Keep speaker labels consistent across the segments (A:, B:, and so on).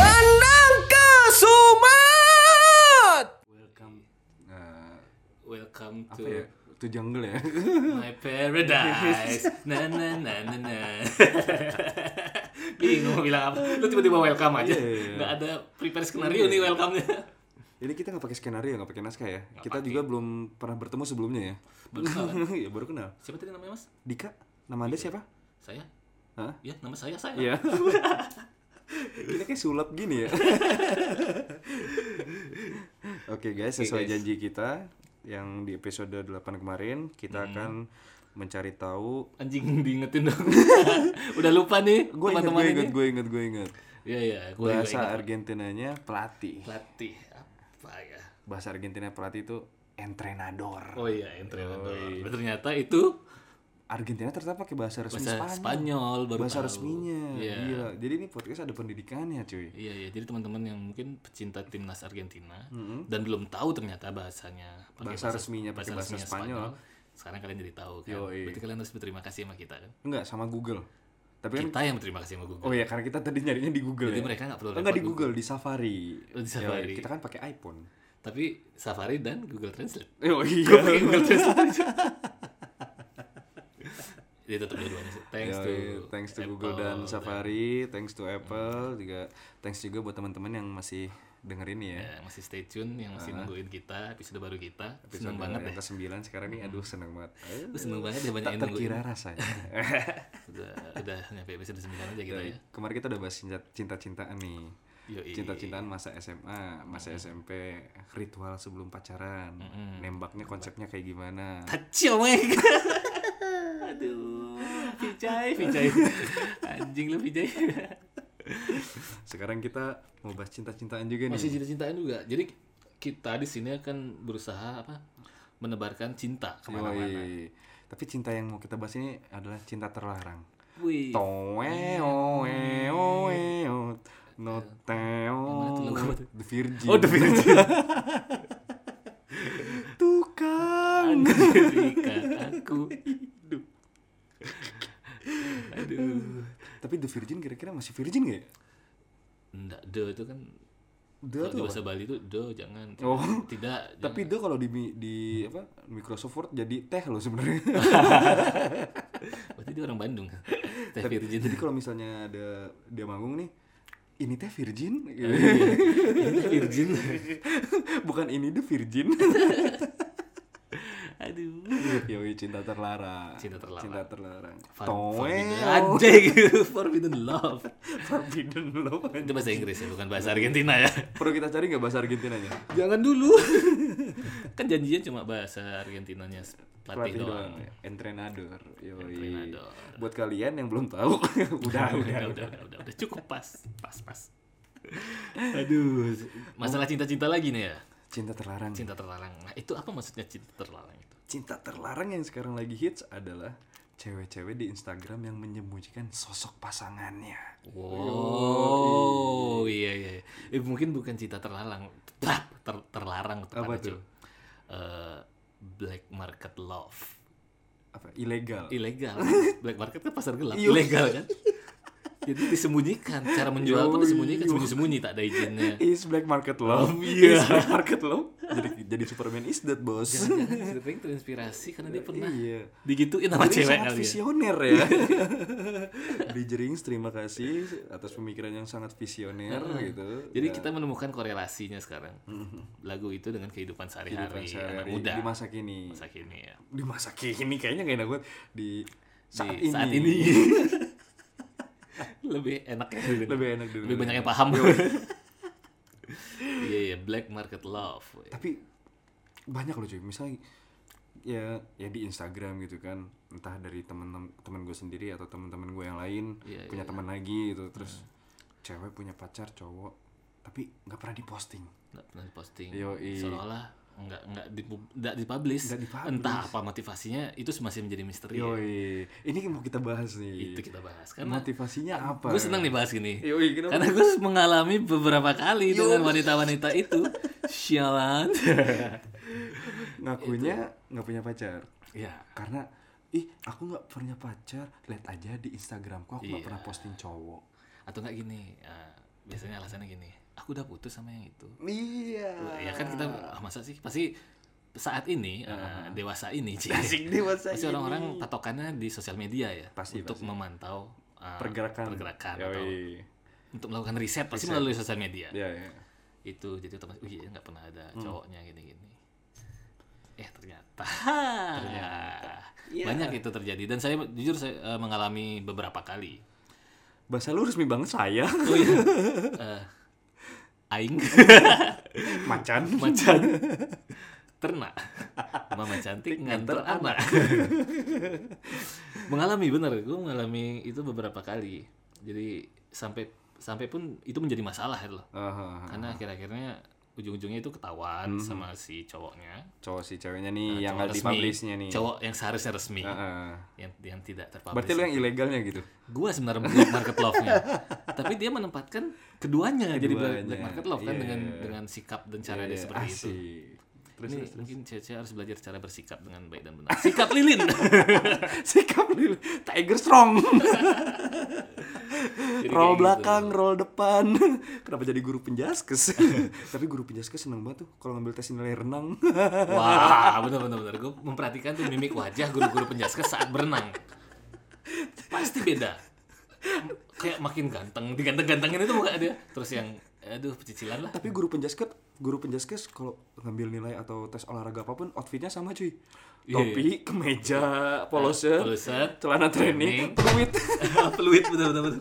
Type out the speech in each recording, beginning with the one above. A: Nah, Welcome
B: apa
A: to
B: ya to jungle ya
A: my paradise. Na na na na na. Bingung mau bilang apa. Lu tiba-tiba welcome aja.
B: Iya, iya, iya.
A: Nggak ada prepare skenario nih welcome-nya.
B: jadi kita nggak pakai skenario nggak pakai naskah ya
A: Nggak
B: kita
A: pakai.
B: juga belum pernah bertemu sebelumnya ya
A: Baru kenal. Iya.
B: ya baru kenal
A: Siapa tadi namanya, Mas?
B: Dika nama anda siapa
A: Saya?
B: Hah?
A: Ya, nama saya saya.
B: Iya. Kita kayak sulap gini ya. Oke guys,
A: Oke,
B: sesuai
A: guys.
B: janji kita yang di episode 8 kemarin, kita akan mencari tahu
A: Anjing diingetin dong. Udah lupa nih
B: gue inget, gue
A: teman-teman ini.
B: inget, gue inget, gue inget
A: Iya, iya, gue
B: bahasa Argentinanya pelatih
A: pelatih apa ya?
B: bahasa Argentina pelatih itu entrenador
A: Oh iya, entrenador. Ternyata itu
B: Argentina ternyata pakai bahasa resmi Spanyol,
A: bahasa Spanyol baru
B: bahasa
A: tahu.
B: resminya
A: Iya.
B: Gila. jadi ini podcast ada pendidikannya cuy
A: Iya iya, jadi teman-teman yang mungkin pecinta timnas Argentina dan belum tahu ternyata bahasanya
B: Mm-hmm.
A: pakai
B: Bahasa resminya, pakai bahasa
A: resminya
B: Spanyol.
A: Sekarang kalian jadi tahu kan.
B: Yoi.
A: Berarti kalian harus berterima kasih sama kita kan.
B: enggak sama Google tapi kan
A: Kita yang berterima kasih sama Google.
B: Oh iya, karena kita tadi nyarinya di Google
A: Jadi
B: ya.
A: mereka nggak perlu
B: Oh, nggak di
A: repot
B: Google, di Safari.
A: Oh, di Safari.
B: Ya, kita kan pakai iPhone.
A: Tapi Safari dan Google Translate.
B: Oh
A: Gue pakai
B: iya.
A: Google Translate. Jadi tetap dua-duanya sih. Thanks
B: Yoi,
A: to
B: thanks to
A: Apple
B: Google dan Safari, thanks to Apple juga thanks juga buat teman-teman yang masih dengerin ya.
A: Ya, masih stay tune yang masih nungguin kita episode baru kita.
B: Episode
A: Seneng banget
B: yang
A: deh.
B: ke-9 sekarang nih aduh seneng banget. Eh,
A: Lu seneng banget deh banyak
B: tak
A: yang nungguin.
B: terkira rasanya.
A: Udah, udah nyampe episode 9 aja kita
B: Yoi,
A: ya. Iya.
B: Kemarin kita udah bahas cinta- cinta-cintaan nih.
A: Yoi.
B: Cinta-cintaan masa SMA, masa SMP, ritual sebelum pacaran, nembaknya konsepnya kayak gimana.
A: Taci oh my god. Aduh, Vijay, Vijay. Anjing lu Vijay.
B: Sekarang kita mau bahas cinta-cintaan juga nih.
A: Masih cinta-cintaan juga. Jadi kita di sini akan berusaha apa? menebarkan cinta kemana-mana.
B: Yoi. Tapi cinta yang mau kita bahas ini adalah cinta terlarang.
A: Wih. Iya.
B: Toeo, eo, eo, no teo,
A: tuh lagu apa tuh?
B: The Virgin.
A: Oh, The Virgin.
B: Tukang.
A: Berikan aku hidup. Aduh.
B: Tapi The Virgin kira-kira masih Virgin gak ya?
A: Enggak, do itu kan
B: The
A: kalau di
B: tuh.
A: bahasa Bali itu do jangan.
B: Oh.
A: Tidak.
B: Tapi The kalau di mi- di apa Microsoft Word jadi teh loh sebenarnya.
A: Ah, jangan. Berarti dia orang Bandung. Teh
B: Tapi-
A: Virgin.
B: Jadi kalau misalnya ada dia manggung nih, ini teh
A: Ah,
B: Virgin, Gitu.
A: iya. Teh Virgin.
B: bukan ini The Virgin.
A: Aduh.
B: Yoi cinta terlarang.
A: Cinta terlarang.
B: Cinta terlarang.
A: Far- Forbidden
B: Toeo.
A: aja gitu Forbidden love
B: Forbidden love.
A: Itu bahasa Inggris ya Bukan bahasa Argentina ya
B: Perlu kita cari nggak bahasa Argentinanya?
A: Jangan dulu Kan janjian cuma bahasa Argentinanya Pelatih doang
B: ya. Entrenador. Yoi.
A: Entrenador.
B: Buat kalian yang belum tahu, udah, udah.
A: udah, udah, udah, udah, udah. cukup pas, pas, pas. Aduh, masalah cinta-cinta lagi nih ya,
B: Cinta terlarang. Cinta.
A: cinta terlarang. Nah, itu apa maksudnya cinta terlarang itu?
B: terlarang yang sekarang lagi hits adalah cewek-cewek di Instagram yang menyembunyikan sosok pasangannya.
A: Wow, iya iya. Eh, mungkin bukan cinta terlarang, Ter- ter- terlarang
B: Apa tuh?
A: tepatnya, Cuk. Eh, black market love.
B: Apa? Ilegal.
A: ilegal black market kan pasar gelap
B: Iya.
A: ilegal kan jadi disembunyikan cara menjual pun
B: Yoi.
A: disembunyikan sembunyi-sembunyi tak ada izinnya
B: Is black market love.
A: Oh, iya.
B: Is black market love. Jadi jadi Superman is dead, bos.
A: jangan sering terinspirasi karena dia pernah
B: Iya.
A: digituin sama
B: Dia
A: cewek
B: sangat
A: kali ya
B: visioner ya. Di Jerings terima kasih atas pemikiran yang sangat visioner gitu.
A: jadi kita menemukan korelasinya sekarang lagu itu dengan kehidupan sehari-hari anak
B: sehari-hari
A: muda
B: di masa kini.
A: masa kini ya
B: Di masa kini kayaknya gak enak banget di saat
A: Di
B: ini.
A: saat ini lebih enak ya
B: Lebih enak dulu.
A: lebih banyak yang paham iya iya black market love
B: Tapi banyak loh cuy, misalnya ya ya di Instagram gitu kan entah dari temen temen gue sendiri atau temen-temen gue yang lain
A: Iya,
B: punya teman lagi gitu terus cewek punya pacar cowok tapi nggak pernah diposting
A: nggak pernah diposting
B: Yoi.
A: seolah-olah nggak nggak dipu- nggak dipublish.
B: Nggak dipublish.
A: entah apa motivasinya itu masih menjadi misteri ya.
B: Yoi, ini mau kita bahas nih.
A: itu kita bahas karena
B: Motivasinya apa?
A: gue seneng nih bahas gini
B: Yoi, kenapa?
A: karena gue mengalami beberapa kali dengan wanita-wanita itu sialan
B: Ngakunya nggak punya pacar.
A: ya
B: Karena ih aku nggak punya pacar. Lihat aja di Instagramku aku nggak
A: Iya.
B: pernah posting cowok.
A: atau nggak gini eh, biasanya alasannya gini aku udah putus sama yang itu
B: Iya.
A: ya kan kita ah, masa ah, sih pasti saat ini eh, dewasa ini Ci.
B: ah. Asik dewasa
A: pasti orang-orang patokannya di sosial media ya
B: Pasti,
A: untuk memantau eh,
B: Pergerakan.
A: pergerakan
B: Yoi.
A: atau untuk melakukan riset pasti
B: Riset.
A: melalui sosial media
B: Ya, ya.
A: itu jadi otomatis wih ya nggak pernah ada cowoknya gini-gini eh ternyata,
B: Iya.
A: banyak itu terjadi dan saya jujur saya eh, mengalami beberapa kali
B: Bahasa lu resmi banget saya.
A: oh iya Eh, aing
B: Macan.
A: macan ternak mama cantik nganter anak mengalami bener gue mengalami itu beberapa kali jadi sampai sampai pun itu menjadi masalah gitu loh
B: Aha,
A: karena akhir-akhirnya ujung-ujungnya itu
B: Hmm.
A: ketahuan sama si cowoknya
B: cowok si ceweknya nih yang
A: Nah,
B: nggak
A: Cowok resmi.
B: dipublishnya Iya, nih.
A: cowok yang seharusnya resmi
B: Heeh.
A: yang yang tidak terpublish
B: Berarti lu yang ilegalnya gitu.
A: gue sebenarnya black market love-nya tapi dia menempatkan keduanya, jadi black,
B: Keduanya.
A: black market love kan
B: Iya,
A: dengan
B: iya, iya.
A: dengan sikap dan cara dia
B: Iya,
A: seperti itu
B: asik. Terus,
A: ini
B: terus, terus.
A: mungkin cewek-cewek harus belajar cara bersikap dengan baik dan benar. Sikap lilin.
B: Sikap lu Tiger strong.
A: Jadi
B: roll
A: kayak gitu.
B: belakang, roll depan. Kenapa jadi guru penjaskes? Tapi guru penjaskes seneng banget tuh kalau ngambil tes nilai renang.
A: gitu. Wah, benar benar benar. Gue memperhatikan tuh mimik wajah guru-guru penjaskes saat berenang. Pasti beda. Kayak makin ganteng, diganteng-gantengin itu bukan dia. Terus yang aduh pecicilan lah.
B: Tapi guru penjaskes, guru penjaskes kalau ngambil nilai atau tes olahraga apapun outfitnya sama cuy.
A: Iya,
B: Topi, kemeja, polosnya,
A: Poloset,
B: celana
A: training.
B: training, peluit,
A: Peluit benar benar benar.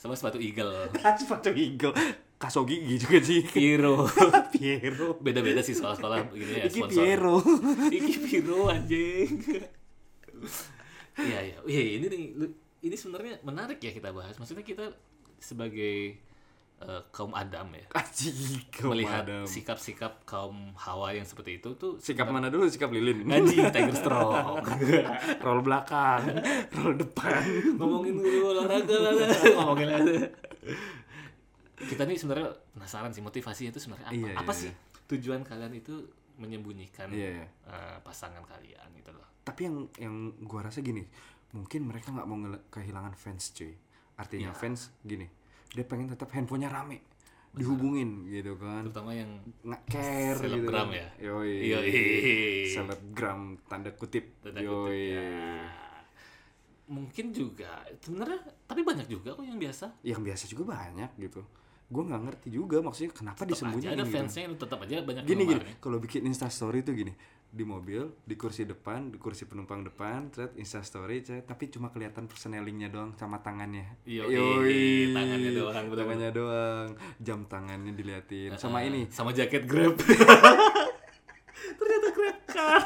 A: Sama sepatu eagle.
B: Kan sepatu eagle, kaso gigi juga sih.
A: Piro.
B: Piero.
A: Beda-beda sih sekolah-sekolah begini ya
B: Iki
A: sponsor.
B: Piero.
A: Iki biru anjing. Iya iya. Iya ini nih, lu- ini sebenarnya menarik ya kita bahas. Maksudnya kita sebagai eh, kaum Adam ya
B: Aji,
A: melihat sikap-sikap kaum Hawa yang seperti itu tuh
B: sikap mana dulu? Sikap lilin.
A: anjing Tiger Strong.
B: roll belakang, roll depan.
A: Ngomongin guru olahraga lah. Ngomongin lah. Kita nih sebenarnya penasaran sih motivasinya itu sebenarnya apa?
B: Iya, iya,
A: apa
B: iya.
A: sih tujuan kalian itu menyembunyikan
B: Iya, iya.
A: eh, pasangan kalian gitu loh.
B: Tapi yang yang gua rasa gini, mungkin mereka nggak mau ngele- kehilangan fans, cuy. Artinya
A: Iya.
B: fans gini, dia pengen tetap handphonenya rame, dihubungin gitu kan.
A: Terutama yang
B: nggak care
A: Selebgram
B: gitu.
A: ya?
B: Yoi.
A: Yoi.
B: Selebgram tanda kutip.
A: Tanda
B: Yoi.
A: kutip, ya. mungkin juga sebenarnya tapi banyak juga kok yang biasa
B: Yang biasa juga banyak gitu. Gue nggak ngerti juga maksudnya kenapa
A: tetap aja
B: disembunyiin
A: ada
B: gitu.
A: fansnya yang tetap aja banyak
B: Gini gini,
A: penggemarnya.
B: kalau bikin instastory tuh gini di mobil, di kursi depan, di kursi penumpang depan, thread instastory, cet, tapi cuma kelihatan personelingnya doang sama tangannya.
A: Yoi,
B: Yoi.
A: Iya, tangannya doang, betul-betul.
B: Tangannya doang, jam tangannya diliatin. Sama ini,
A: Eh, sama jaket grab ternyata grab car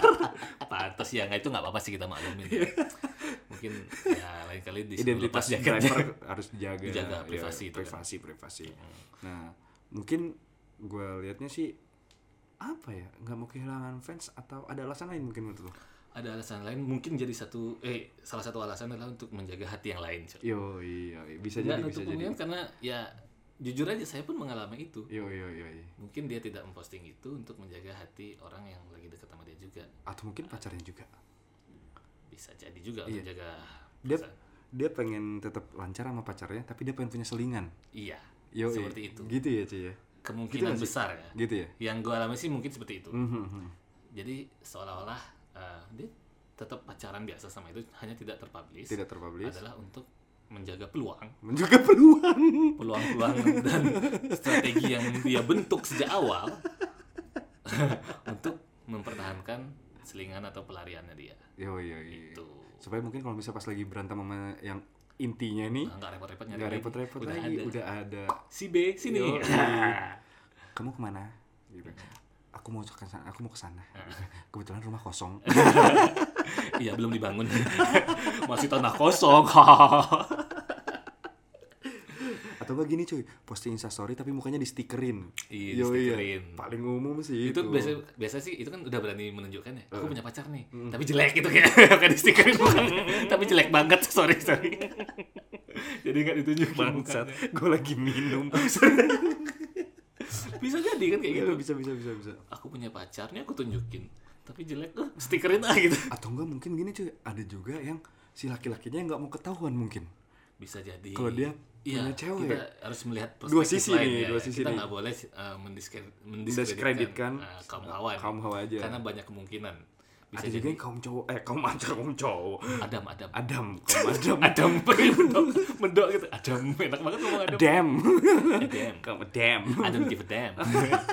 A: pantas ya nggak itu nggak apa-apa sih kita maklumin ya. mungkin ya lain kali disuruh lepas
B: identitas
A: jaketnya
B: driver harus dijaga,
A: Dijaga,
B: Ya,
A: privasi itu kan. Iya.
B: privasi privasi nah mungkin gue liatnya sih apa ya nggak mau kehilangan fans atau ada alasan lain mungkin menurut lo
A: ada alasan lain mungkin jadi satu eh salah satu alasan adalah untuk menjaga hati yang lain Cok.
B: yo iya bisa jadi bisa
A: nggak nutup
B: jadi
A: kemungkinan karena ya jujur aja saya pun mengalami itu
B: yo yo yo yo.
A: mungkin dia tidak memposting itu untuk menjaga hati orang yang lagi dekat sama dia juga
B: atau mungkin pacarnya juga
A: bisa jadi juga untuk menjaga
B: Iya. dia
A: perasaan.
B: dia pengen tetap lancar sama pacarnya tapi dia pengen punya selingan
A: iya
B: yo
A: seperti itu
B: gitu ya cuy ya
A: kemungkinan besar ya
B: gitu ya
A: yang gue alami sih mungkin seperti itu
B: Mhm.
A: jadi seolah-olah eh, dia tetap pacaran biasa sama itu hanya tidak terpublish
B: tidak terpublish
A: adalah untuk menjaga peluang
B: juga peluang
A: peluang-peluang dan strategi yang dia bentuk sejak awal untuk mempertahankan selingan atau pelariannya dia Gitu.
B: yo yo yo
A: itu
B: supaya mungkin kalau misalnya pas lagi berantem sama yang intinya nih
A: Nah, nggak repot-repot nyari
B: nggak
A: lagi.
B: repot-repot
A: Udah
B: lagi
A: ada.
B: udah ada
A: si B sini
B: Yoi. kamu kemana gitu. aku mau ke sana aku mau ke sana
A: Nah.
B: kebetulan rumah kosong
A: iya belum dibangun masih tanah kosong
B: atau enggak gini cuy posting instastory tapi mukanya di stikerin
A: Iya, di-stikerin.
B: paling umum sih
A: itu
B: itu,
A: biasa biasa sih itu kan udah berani menunjukkan ya aku punya pacar nih tapi jelek gitu kayak kan di stikerin bukan tapi jelek banget sorry sorry jadi nggak ditunjukin
B: bangsat gue lagi minum
A: mukanya. bisa jadi kan kayak gitu
B: Iya, bisa bisa bisa bisa
A: aku punya pacarnya aku tunjukin tapi jelek eh, stikerin ah gitu
B: atau enggak mungkin gini cuy ada juga yang si laki-lakinya nggak mau ketahuan mungkin
A: bisa jadi
B: kalau dia
A: Iya,
B: punya cewek.
A: kita harus melihat perspektif
B: Dua sisi
A: lain
B: nih,
A: ya.
B: dua sisi
A: kita
B: nih.
A: nggak boleh eh, mendiskre-
B: Mendiskreditkan,
A: mendiskreditkan eh, kaum hawa nih.
B: kaum hawa aja.
A: karena banyak kemungkinan bisa
B: ada juga
A: jadi
B: yang kaum cowok eh kaum aja kaum cowok
A: adam adam
B: Adam kaum Adam
A: adam pengen mendok mendok gitu adam enak banget ngomong adam
B: Adam
A: adam
B: kaum Adam
A: adam give a damn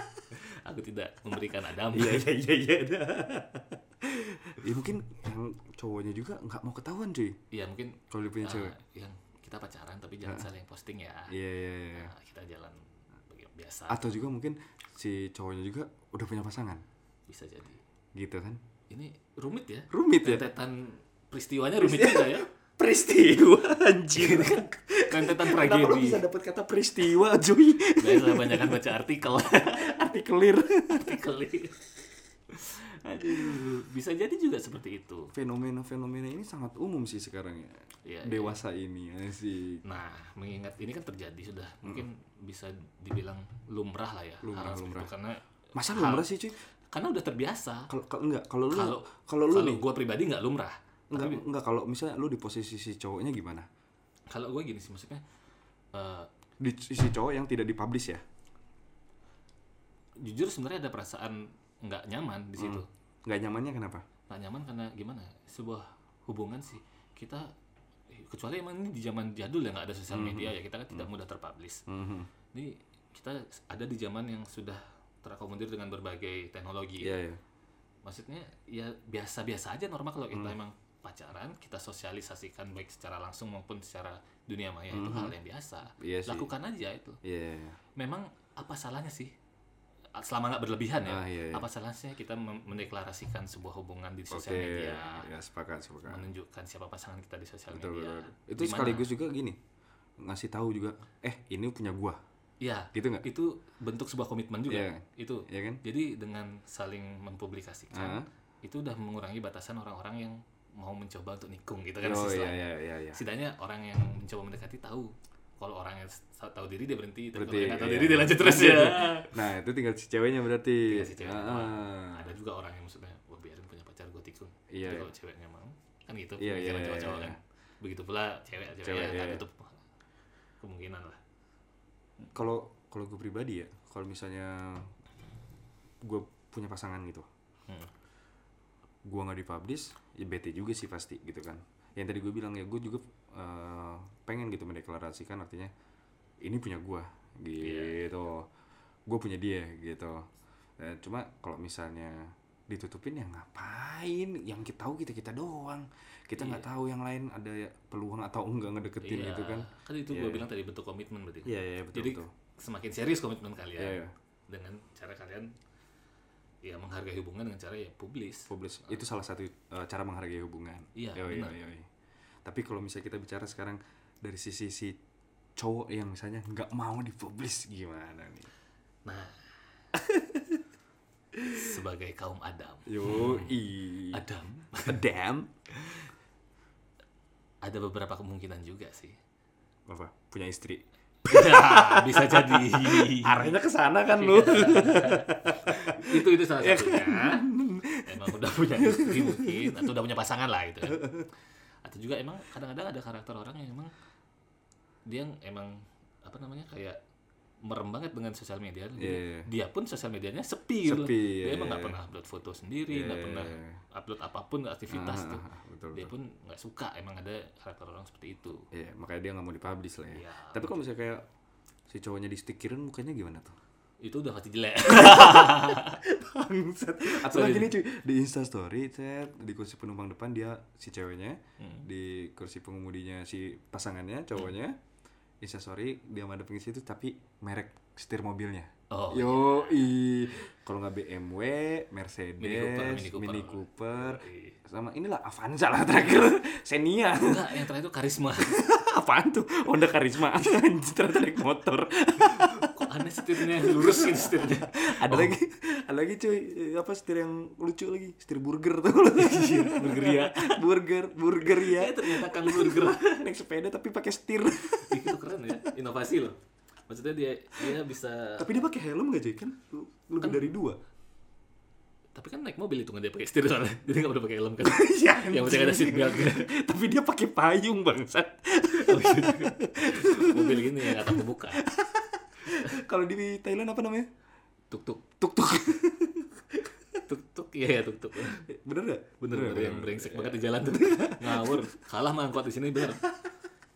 A: aku tidak memberikan adam
B: iya iya iya iya ya mungkin yang cowoknya juga nggak mau ketahuan cuy
A: iya mungkin
B: kalau dia punya
A: eh,
B: cewek Ah.
A: yang kita pacaran tapi jangan saling posting ya
B: iya Ah. iya iya
A: Nah, kita jalan bagi- biasa
B: atau juga mungkin si cowoknya juga udah punya pasangan
A: bisa jadi
B: gitu kan
A: ini rumit ya
B: rumit ya Iya.
A: rentetan peristiwanya rumit juga ya
B: peristiwa anjir
A: rentetan
B: kenapa lu
A: tragedi
B: bisa dapat kata peristiwa cuy
A: Guys, banyak kan baca artikel
B: artikelir
A: artikel ini. Aduh, bisa jadi juga seperti itu.
B: fenomena-fenomena ini sangat umum sih sekarang ya
A: Iya, iya.
B: dewasa ini ya sih
A: Nah, mengingat ini kan terjadi sudah, mungkin bisa dibilang lumrah lah ya.
B: Hmm. Lumrah,
A: hal seperti itu.
B: lumrah.
A: Karena
B: masa
A: hal-
B: lumrah sih cuy
A: Karena udah terbiasa.
B: kalau kalau enggak kalau lu
A: Kalau
B: kalau lu
A: Kalau
B: nih
A: gue pribadi nggak lumrah.
B: enggak enggak kalau misalnya lu di posisi si cowoknya gimana
A: Kalau gue gini sih maksudnya, eh,
B: di si cowok yang tidak dipublish ya
A: jujur sebenarnya ada perasaan nggak nyaman di situ.
B: nggak nyamannya kenapa
A: nggak nyaman karena gimana ya, sebuah hubungan sih kita eh, kecuali emang ini di zaman jadul ya nggak ada sosial media
B: Hmm.
A: ya kita kan tidak mudah terpublish
B: Mhm.
A: ini kita ada di zaman yang sudah terakomodir dengan berbagai teknologi
B: iya iya
A: maksudnya ya biasa-biasa aja normal kalau
B: Hmm.
A: kita emang pacaran kita sosialisasikan baik secara langsung maupun secara dunia maya itu hal yang biasa
B: Iya sih.
A: lakukan aja itu
B: iya iya, iya.
A: memang apa salahnya sih selama nggak berlebihan ya
B: Ah, iya, iya.
A: apa salahnya kita mem- mendeklarasikan sebuah hubungan di
B: oke
A: sosial media
B: ya sepakat sepakat
A: menunjukkan siapa pasangan kita di sosial
B: Betul,
A: media.
B: betul. itu
A: Di mana-
B: sekaligus juga gini ngasih tahu juga eh ini punya gua
A: Iya,
B: gitu nggak
A: itu bentuk sebuah komitmen juga.
B: Iya.
A: Itu.
B: Iya kan
A: Jadi dengan saling mempublikasikan
B: Ah.
A: itu udah mengurangi batasan orang-orang yang mau mencoba untuk nikung gitu kan
B: oh iya
A: istilahnya.
B: iya iya iya
A: Setidaknya orang yang mencoba mendekati tahu kalau orang yang s- tahu diri dia berhenti,
B: Berhenti,
A: tapi kalau yang nggak tahu
B: iya.
A: diri dia lanjut terus ya.
B: nah itu tinggal si ceweknya berarti
A: Tinggal si ceweknya
B: Ah,
A: doang.
B: ah.
A: Ada juga orang yang maksudnya, wah biarin punya pacar gue tikung.
B: Iya,
A: Tapi
B: iya.
A: kalau ceweknya mau, kan gitu.
B: Iya,
A: pemikiran
B: iya,
A: cowok-cowok
B: iya.
A: kan. Begitu pula cewek-cewek
B: Cewek,
A: ya,
B: iya,
A: kan
B: iya.
A: tutup kemungkinan lah.
B: kalau kalau gue pribadi ya kalau misalnya gue punya pasangan gitu
A: Hmm.
B: gue nggak dipublish ya bete juga sih pasti gitu kan yang tadi gue bilang ya gue juga eh, pengen gitu mendeklarasikan artinya ini punya gue gitu gue punya dia gitu Eh, cuma kalau misalnya ditutupin ya ngapain yang kita tahu kita kita doang kita nggak tahu yang lain ada ya peluang atau enggak ngedeketin gitu kan
A: itu
B: Iya. Iya,
A: gue
B: iya.
A: bilang tadi bentuk komitmen berarti.
B: iya iya betul
A: Jadi
B: betul
A: semakin serius komitmen kalian
B: Iya, iya.
A: dengan cara kalian ya menghargai hubungan dengan cara ya publis.
B: publish itu salah satu uh, cara menghargai hubungan.
A: Iya,
B: Yoi,
A: benar.
B: yoi, yoi. Tapi kalau misalnya kita bicara sekarang dari sisi si cowok yang misalnya nggak mau dipublish gimana nih?
A: Nah, sebagai kaum Adam,
B: Yo Iya.
A: Adam
B: Adam
A: ada beberapa kemungkinan juga sih.
B: apa punya istri?
A: Ya, bisa jadi. Iya.
B: Arahnya ke sana kan lu.
A: itu itu salah
B: Ya.
A: satunya. emang udah punya istri mungkin atau udah punya pasangan lah gitu. kan. Atau juga emang kadang-kadang ada karakter orang yang emang dia yang emang apa namanya kayak merem banget dengan sosial media. Jadi
B: Iya.
A: Dia pun sosial medianya sepi, gitu loh.
B: Sepi, iya,
A: Dia emang nggak
B: iya.
A: pernah upload foto sendiri, nggak
B: Iya,
A: pernah
B: iya, iya.
A: upload apapun aktivitas
B: Ah,
A: tuh.
B: betul,
A: Dia pun nggak suka emang ada karakter orang seperti itu.
B: Iya, makanya dia nggak mau dipublish lah ya.
A: Iya.
B: Tapi kalau misalnya kayak si cowoknya di stikirin mukanya gimana tuh?
A: Itu udah pasti jelek.
B: Bangsat. Atau lagi nih cuy, di Instastory chat, di kursi penumpang depan dia si ceweknya,
A: Hmm.
B: di kursi pengemudinya si pasangannya, cowoknya.
A: Hmm.
B: Instastory dia madep ke situ tapi merek setir mobilnya.
A: Oh,
B: Yo, i. Kalau nggak BMW, Mercedes, Mini
A: Mini Cooper,
B: Cooper,
A: Mini Cooper. Yoi.
B: sama inilah Avanza lah terakhir, Xenia.
A: Enggak, yang terakhir itu karisma.
B: Apaan tuh? Honda Karisma, Anjing, ternyata naik motor.
A: Kok aneh setirnya lurus gitu setirnya.
B: ada lagi ada lagi cuy eh, apa setir yang lucu lagi setir burger tuh
A: Iya,
B: burger ya burger burger ya
A: Eh ternyata Kang Burger.
B: naik sepeda tapi pakai setir
A: Ih, itu keren ya inovasi loh maksudnya dia dia bisa
B: tapi dia pakai helm gak cuy kan lu- lebih dari dua
A: tapi kan naik mobil itu nggak dia pakai setir soalnya jadi nggak perlu pakai helm kan
B: Ya,
A: yang penting ada
B: anjing.
A: seat belt
B: tapi dia pakai payung bangsat
A: mobil gini yang atap kebuka
B: Kalau di Thailand apa namanya?
A: tuk tuk
B: Tuk tuk.
A: tuk tuk iya ya tuk tuk
B: bener Iya. gak?
A: bener bener yang brengsek banget di jalan tuh ngawur kalah mah angkot di sini bener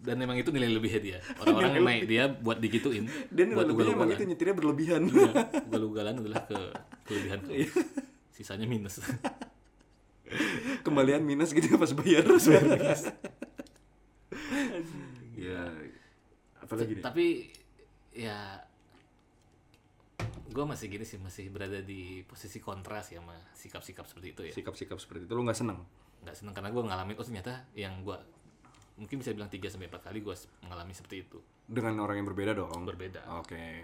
A: dan emang itu nilai lebihnya dia orang-orang yang naik dia buat digituin
B: Dan lebihnya emang
A: buat
B: gitu,
A: ugal-ugalan
B: itu nyetirnya berlebihan.
A: kan. Iya, ugal-ugalan adalah ke kelebihan
B: Iya.
A: sisanya minus
B: Kembalian minus gitu pas bayar. ya apalagi nih?
A: tapi ya gue masih gini sih masih berada di posisi kontras ya sama sikap-sikap seperti itu ya
B: Sikap-sikap seperti itu lo nggak seneng?
A: nggak seneng karena gue ngalamin oh ternyata yang gue mungkin bisa bilang 3 sampai empat kali gue mengalami seperti itu
B: Dengan orang yang berbeda dong.
A: Berbeda.
B: Oke.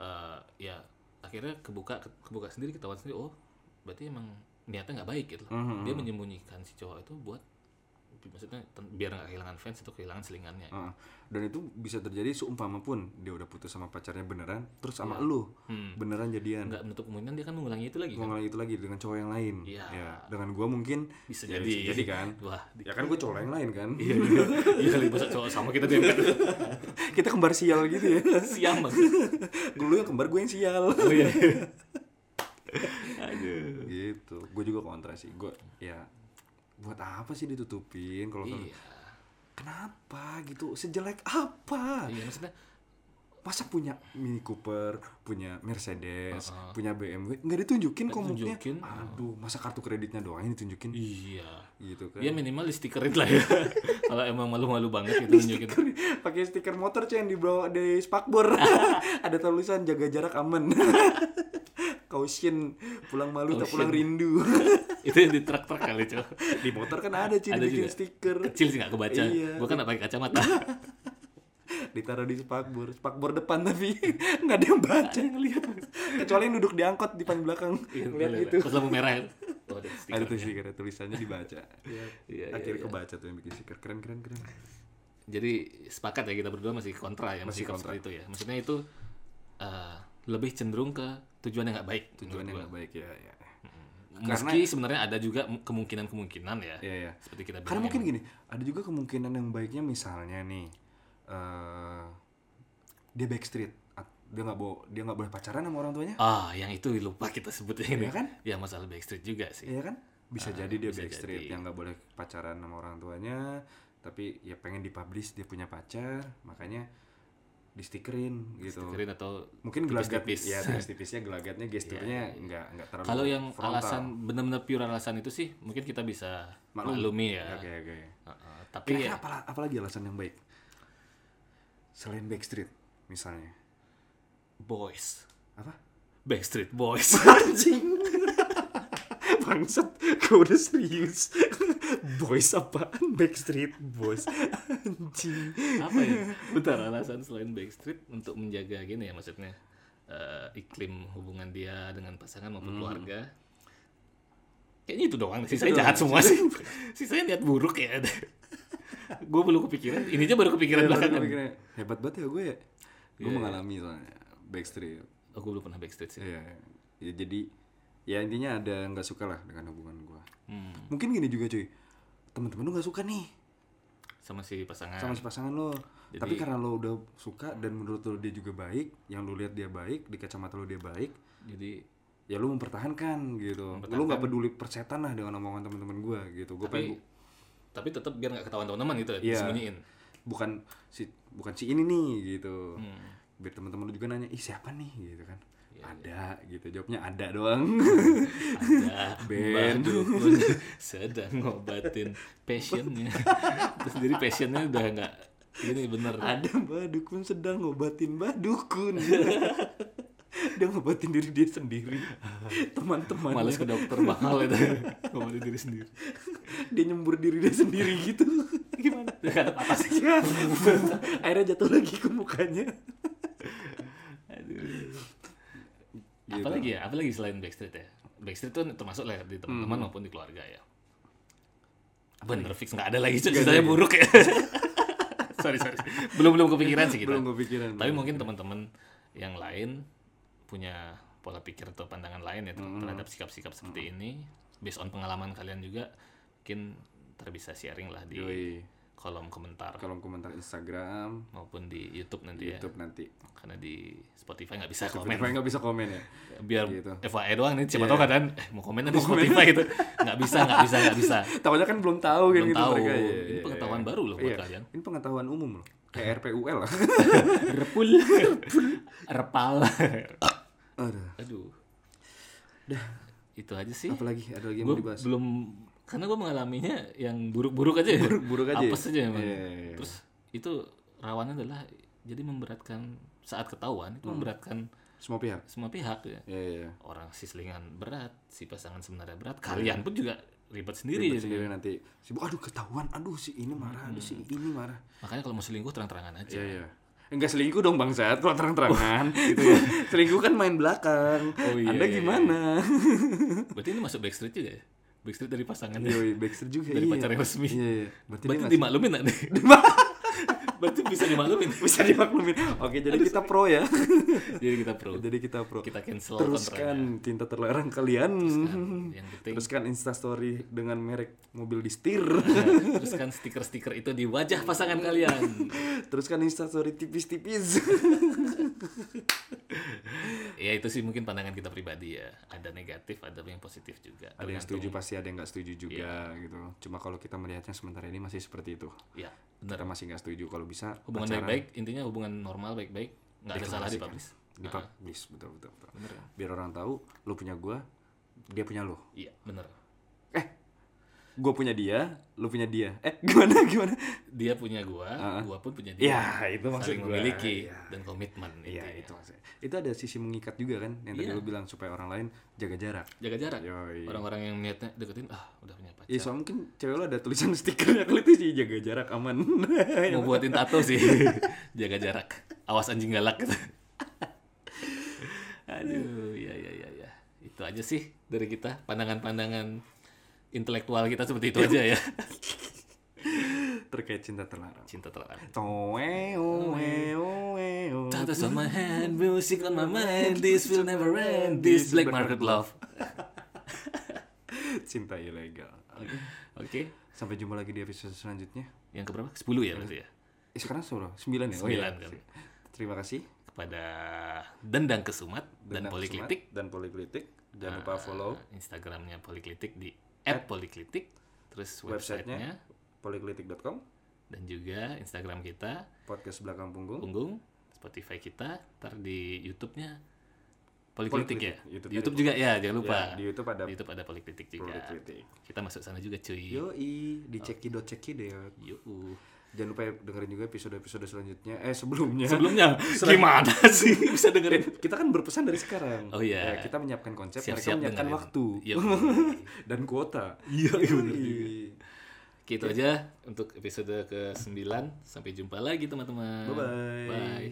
A: Eh, ya akhirnya kebuka kebuka sendiri ketahuan sendiri oh berarti emang niatnya nggak baik gitu loh.
B: Mhm.
A: dia menyembunyikan si cowok itu buat maksudnya ten- biar nggak kehilangan fans atau kehilangan selingannya
B: Heeh. dan itu bisa terjadi seumpama pun dia udah putus sama pacarnya beneran, terus sama lu beneran jadian.
A: Iya. Hmm. nggak menutup kemungkinan dia kan mengulangi itu lagi kan?
B: Ngulang itu lagi dengan cowok yang lain.
A: Iya.
B: Ya, dengan gua mungkin
A: bisa
B: ya
A: jadi
B: bisa jadi kan.
A: wah di-
B: Ya kan gua cowok yang lain kan.
A: iya iya iya kali masa cowok sama kita dempet
B: Kita kembar sial gitu ya.
A: siam mas
B: Lu yang kembar gue yang sial.
A: oh iya
B: gitu gue juga kontra sih gue ya buat apa sih ditutupin kalau kalau-
A: iya
B: kenapa gitu sejelek apa
A: iya maksudnya
B: masa punya Mini Cooper punya Mercedes
A: Uh-uh.
B: punya BMW nggak ditunjukin
A: Nggak
B: kok muknya
A: ditunjukin.
B: aduh masa kartu kreditnya doang yang ditunjukin
A: iya
B: gitu kan
A: Ya minimal di stikerin lah ya. Kalau emang malu-malu banget gitu nunjukin.
B: pakai stiker motor ceng di bawah di spakbor ada tulisan jaga jarak aman caution pulang malu tak pulang rindu
A: Itu yang di truk-truk kali, Cok.
B: di motor kan ada ceng
A: Ada
B: dibikin
A: juga.
B: stiker
A: Kecil sih nggak kebaca.
B: Iya.
A: Gua kan nggak pakai kacamata.
B: ditaruh di spakbor spakbor depan tapi nggak ada yang baca yang lihat kecuali yang duduk di angkot di pan belakang
A: Iya,
B: ngeliat gitu
A: Pas lampu merah. Tuh ada
B: ada tuh
A: stiker.
B: stiker tulisannya dibaca
A: Iya, iya,
B: akhirnya kebaca tuh yang bikin stiker keren keren keren
A: Jadi sepakat ya kita berdua masih kontra ya, masih kontra itu ya. Maksudnya itu eh, lebih cenderung ke tujuan yang nggak baik.
B: tujuannya
A: menurut
B: nggak baik ya ya
A: gua. Meski sebenarnya ada juga m- kemungkinan-kemungkinan ya.
B: ya ya
A: Seperti kita
B: karena
A: bilang.
B: mungkin gini ada juga kemungkinan yang baiknya misalnya nih eh dia backstreet At- dia nggak bo dia nggak boleh pacaran sama orang tuanya
A: Ah, yang itu lupa kita sebutin
B: Iya
A: ini.
B: kan?
A: Ya masalah backstreet juga sih.
B: Iya kan? Bisa jadi dia
A: Ah, bisa
B: backstreet
A: jadi.
B: yang nggak boleh pacaran sama orang tuanya, tapi ya pengen dipublish dia punya pacar, makanya distikerin gitu.
A: Stikerin atau
B: Mungkin gelagat
A: tipis-tipis. Iya.
B: ya tipis-tipisnya gelagatnya gesturnya nggak nggak terlalu
A: Kalau yang
B: frontal.
A: alasan benar-benar pure alasan itu sih mungkin kita bisa
B: Maklum.
A: maklumi ya.
B: Oke oke.
A: Heeh, tapi
B: Kira-kira
A: ya
B: apala- apalagi alasan yang baik? Selain backstreet misalnya.
A: boys,
B: Apa?
A: Backstreet Boys.
B: Anjing. Bangsat, kau udah serius. Boys apaan? Backstreet Boys. Anjing.
A: Apa ya? Bentar alasan selain Backstreet untuk menjaga gini ya maksudnya eh, iklim hubungan dia dengan pasangan
B: Hmm.
A: maupun keluarga. Kayaknya itu doang. Sisanya jahat semua sih. Sisanya niat buruk ya. gue belum kepikiran. Ini aja baru kepikiran
B: Iya, baru
A: belakangan.
B: kepikiran. hebat banget ya gue ya. Gue
A: Iya.
B: mengalami soalnya backstreet.
A: Oh, gue belum pernah Backstreet sih.
B: Iya. Ya, jadi ya intinya ada nggak suka lah dengan hubungan gue.
A: Hmm,
B: Mungkin gini juga cuy. Temen-temen lu nggak suka nih
A: sama si pasangan.
B: sama si pasangan lo. Tapi karena lo udah suka dan menurut lo dia juga baik, yang lo lihat dia baik, di kacamata lo dia baik,
A: Jadi
B: ya lo mempertahankan gitu. Lo nggak peduli persetan lah dengan omongan temen-temen gue gitu. Gue pengen
A: tapi tapi tetap biar nggak ketahuan teman-teman gitu ya,
B: Iya.
A: disembunyiin.
B: bukan si bukan si ini nih gitu
A: Hmm.
B: biar teman-teman lu juga nanya ih siapa nih gitu kan
A: Iya,
B: ada gitu jawabnya ada doang
A: ada
B: Ben.
A: Mbak Dukun sedang ngobatin passionnya terus jadi passionnya udah nggak ini bener
B: ada mbak dukun sedang ngobatin mbak dukun dia ngobatin diri dia sendiri teman-teman
A: males ke dokter mahal itu ngobatin diri sendiri
B: dia nyembur diri dia sendiri gitu gimana
A: Dia kata patah sih
B: Ya. akhirnya jatuh lagi ke mukanya Gitu.
A: apalagi ya apalagi selain backstreet ya backstreet tuh termasuk lah di teman-teman
B: Hmm.
A: maupun di keluarga ya bener fix nggak ada lagi ceritanya buruk ya sorry sorry belum belum kepikiran sih kita
B: belum kepikiran
A: Tapi mungkin teman-teman yang lain punya pola pikir atau pandangan lain ya ter-
B: Hmm.
A: terhadap sikap-sikap seperti ini, based on pengalaman kalian juga, mungkin terbisa sharing lah di
B: Yoi.
A: kolom komentar
B: kolom komentar Instagram
A: maupun di YouTube nanti
B: YouTube nanti
A: ya karena di Spotify nggak bisa komen
B: Spotify nggak bisa komen ya
A: biar
B: Gitu.
A: FYI doang nih siapa
B: Iya.
A: tahu kadang eh mau komen nanti Spotify gitu nggak bisa nggak bisa nggak bisa
B: takutnya kan belum tahu kan
A: Belum
B: gitu
A: tahu.
B: mereka iya.
A: Ini pengetahuan baru loh buat kalian. Iya.
B: ini pengetahuan umum loh kayak RPUL lah
A: repul repal
B: Aduh.
A: aduh itu aja sih
B: apalagi ada lagi yang
A: gue
B: mau dibahas
A: belum karena gue mengalaminya yang buruk-buruk aja ya.
B: Buruk-buruk aja ya?
A: apes aja emang
B: Iya, iya, iya.
A: terus itu rawannya adalah jadi memberatkan saat
B: Hmm.
A: ketahuan itu memberatkan
B: semua pihak
A: semua pihak ya
B: ya, ya, ya.
A: orang si selingan berat si pasangan sebenarnya berat kalian pun juga ribet
B: Iya.
A: sendiri
B: Ribet
A: jadi.
B: sendiri nanti sibuk aduh ketahuan aduh si ini marah aduh
A: Hmm.
B: si ini marah
A: makanya kalau mau selingkuh terang-terangan aja
B: Iya, iya. Enggak selingkuh dong bangsat, kalau terang-terangan gitu ya. Selingkuh kan main belakang.
A: Oh, iya,
B: Anda
A: iya,
B: gimana?
A: berarti ini masuk backstreet juga ya backstreet dari pasangannya
B: Yoi, Baxter juga
A: Dari
B: iya.
A: pacar yang resmi.
B: Iya, iya. Berarti, dia
A: berarti
B: ngasih-
A: dimaklumin nggak nih berarti bisa dimaklumin
B: bisa dimaklumin. Oke, jadi kita pro ya.
A: jadi kita pro
B: jadi kita pro.
A: kita cancel
B: Teruskan
A: kontraknya.
B: cinta terlarang kalian.
A: yang penting
B: Teruskan instastory kan dengan merek mobil distir.
A: teruskan stiker-stiker itu di wajah pasangan kalian
B: Teruskan instastory kan tipis-tipis.
A: ya itu sih mungkin pandangan kita pribadi ya ada negatif ada yang positif juga
B: ada yang
A: Tergantung-
B: setuju pasti ada yang nggak setuju juga
A: Iya.
B: gitu. Cuma kalau kita melihatnya sementara ini masih seperti itu.
A: ya
B: Kita masih nggak setuju kalau bisa
A: hubungan
B: pacaran-
A: baik-baik intinya hubungan normal baik-baik nggak ada salah di publish Ah,
B: di publish betul betul, betul.
A: ya.
B: biar orang tahu lu punya gua dia punya lu
A: iya bener
B: eh gua punya dia lu punya dia eh gimana gimana
A: dia punya gua gua pun punya dia
B: ya Ah. itu maksud
A: saling
B: gua
A: memiliki
B: Iya.
A: dan komitmen
B: Iya,
A: intinya.
B: itu maksudnya. Itu ada sisi mengikat juga kan yang tadi
A: Iya.
B: lu bilang supaya orang lain jaga jarak.
A: jaga jarak
B: Yoi.
A: orang-orang yang niatnya deketin ah udah punya pacar
B: Iya, soalnya mungkin cewek lu ada tulisan stikernya kalau itu sih jaga jarak aman.
A: mau buatin tato sih jaga jarak awas anjing galak gitu aduh ya ya ya ya itu aja sih dari kita pandangan-pandangan intelektual kita seperti itu aja ya
B: Terkait cinta terlarang. Oh, iya.
A: cinta terlarang
B: Toe, oe, oe, oe.
A: Tattoos on my hand, music on my mind, this will never end, this black market love.
B: Cinta ilegal.
A: Oke,
B: Sampai jumpa lagi di episode selanjutnya.
A: yang keberapa? 10 ya berarti ya.
B: Eh, sekarang suruh 9 ya?
A: Sembilan,
B: iya.
A: kan.
B: Terima kasih.
A: Kepada Dendang Kesumat dan
B: Dendang
A: Poliklitik.
B: Sumat Dan Ah. Poliklitik. Jangan lupa follow
A: Instagramnya Poliklitik di @poliklitik. Terus
B: websitenya
A: websitenya
B: poliklitik.com,
A: dan juga Instagram kita,
B: podcast belakang punggung.
A: punggung, Spotify kita, ntar di YouTube-nya Poliklitik ya.
B: Poliklitik, YouTube
A: Di YouTube juga ya, jangan lupa.
B: Ya, di YouTube ada
A: Di YouTube ada Poliklitik juga.
B: Poliklitik.
A: Kita masuk sana juga cuy.
B: Yoi, diceki dot ceki deh.
A: Yo.
B: Jangan lupa ya dengerin juga episode-episode selanjutnya. Eh, sebelumnya.
A: sebelumnya gimana sih bisa dengerin
B: kita kan berpesan dari sekarang.
A: Oh, iya.
B: Ya, kita menyiapkan konsep,
A: Siap-siap
B: mereka menyiapkan
A: dengerin.
B: waktu
A: Iya.
B: dan kuota.
A: Iya, iya, bener
B: Yoi.
A: gitu aja untuk episode ke 9 sampai jumpa lagi teman-teman
B: Bye-bye.
A: bye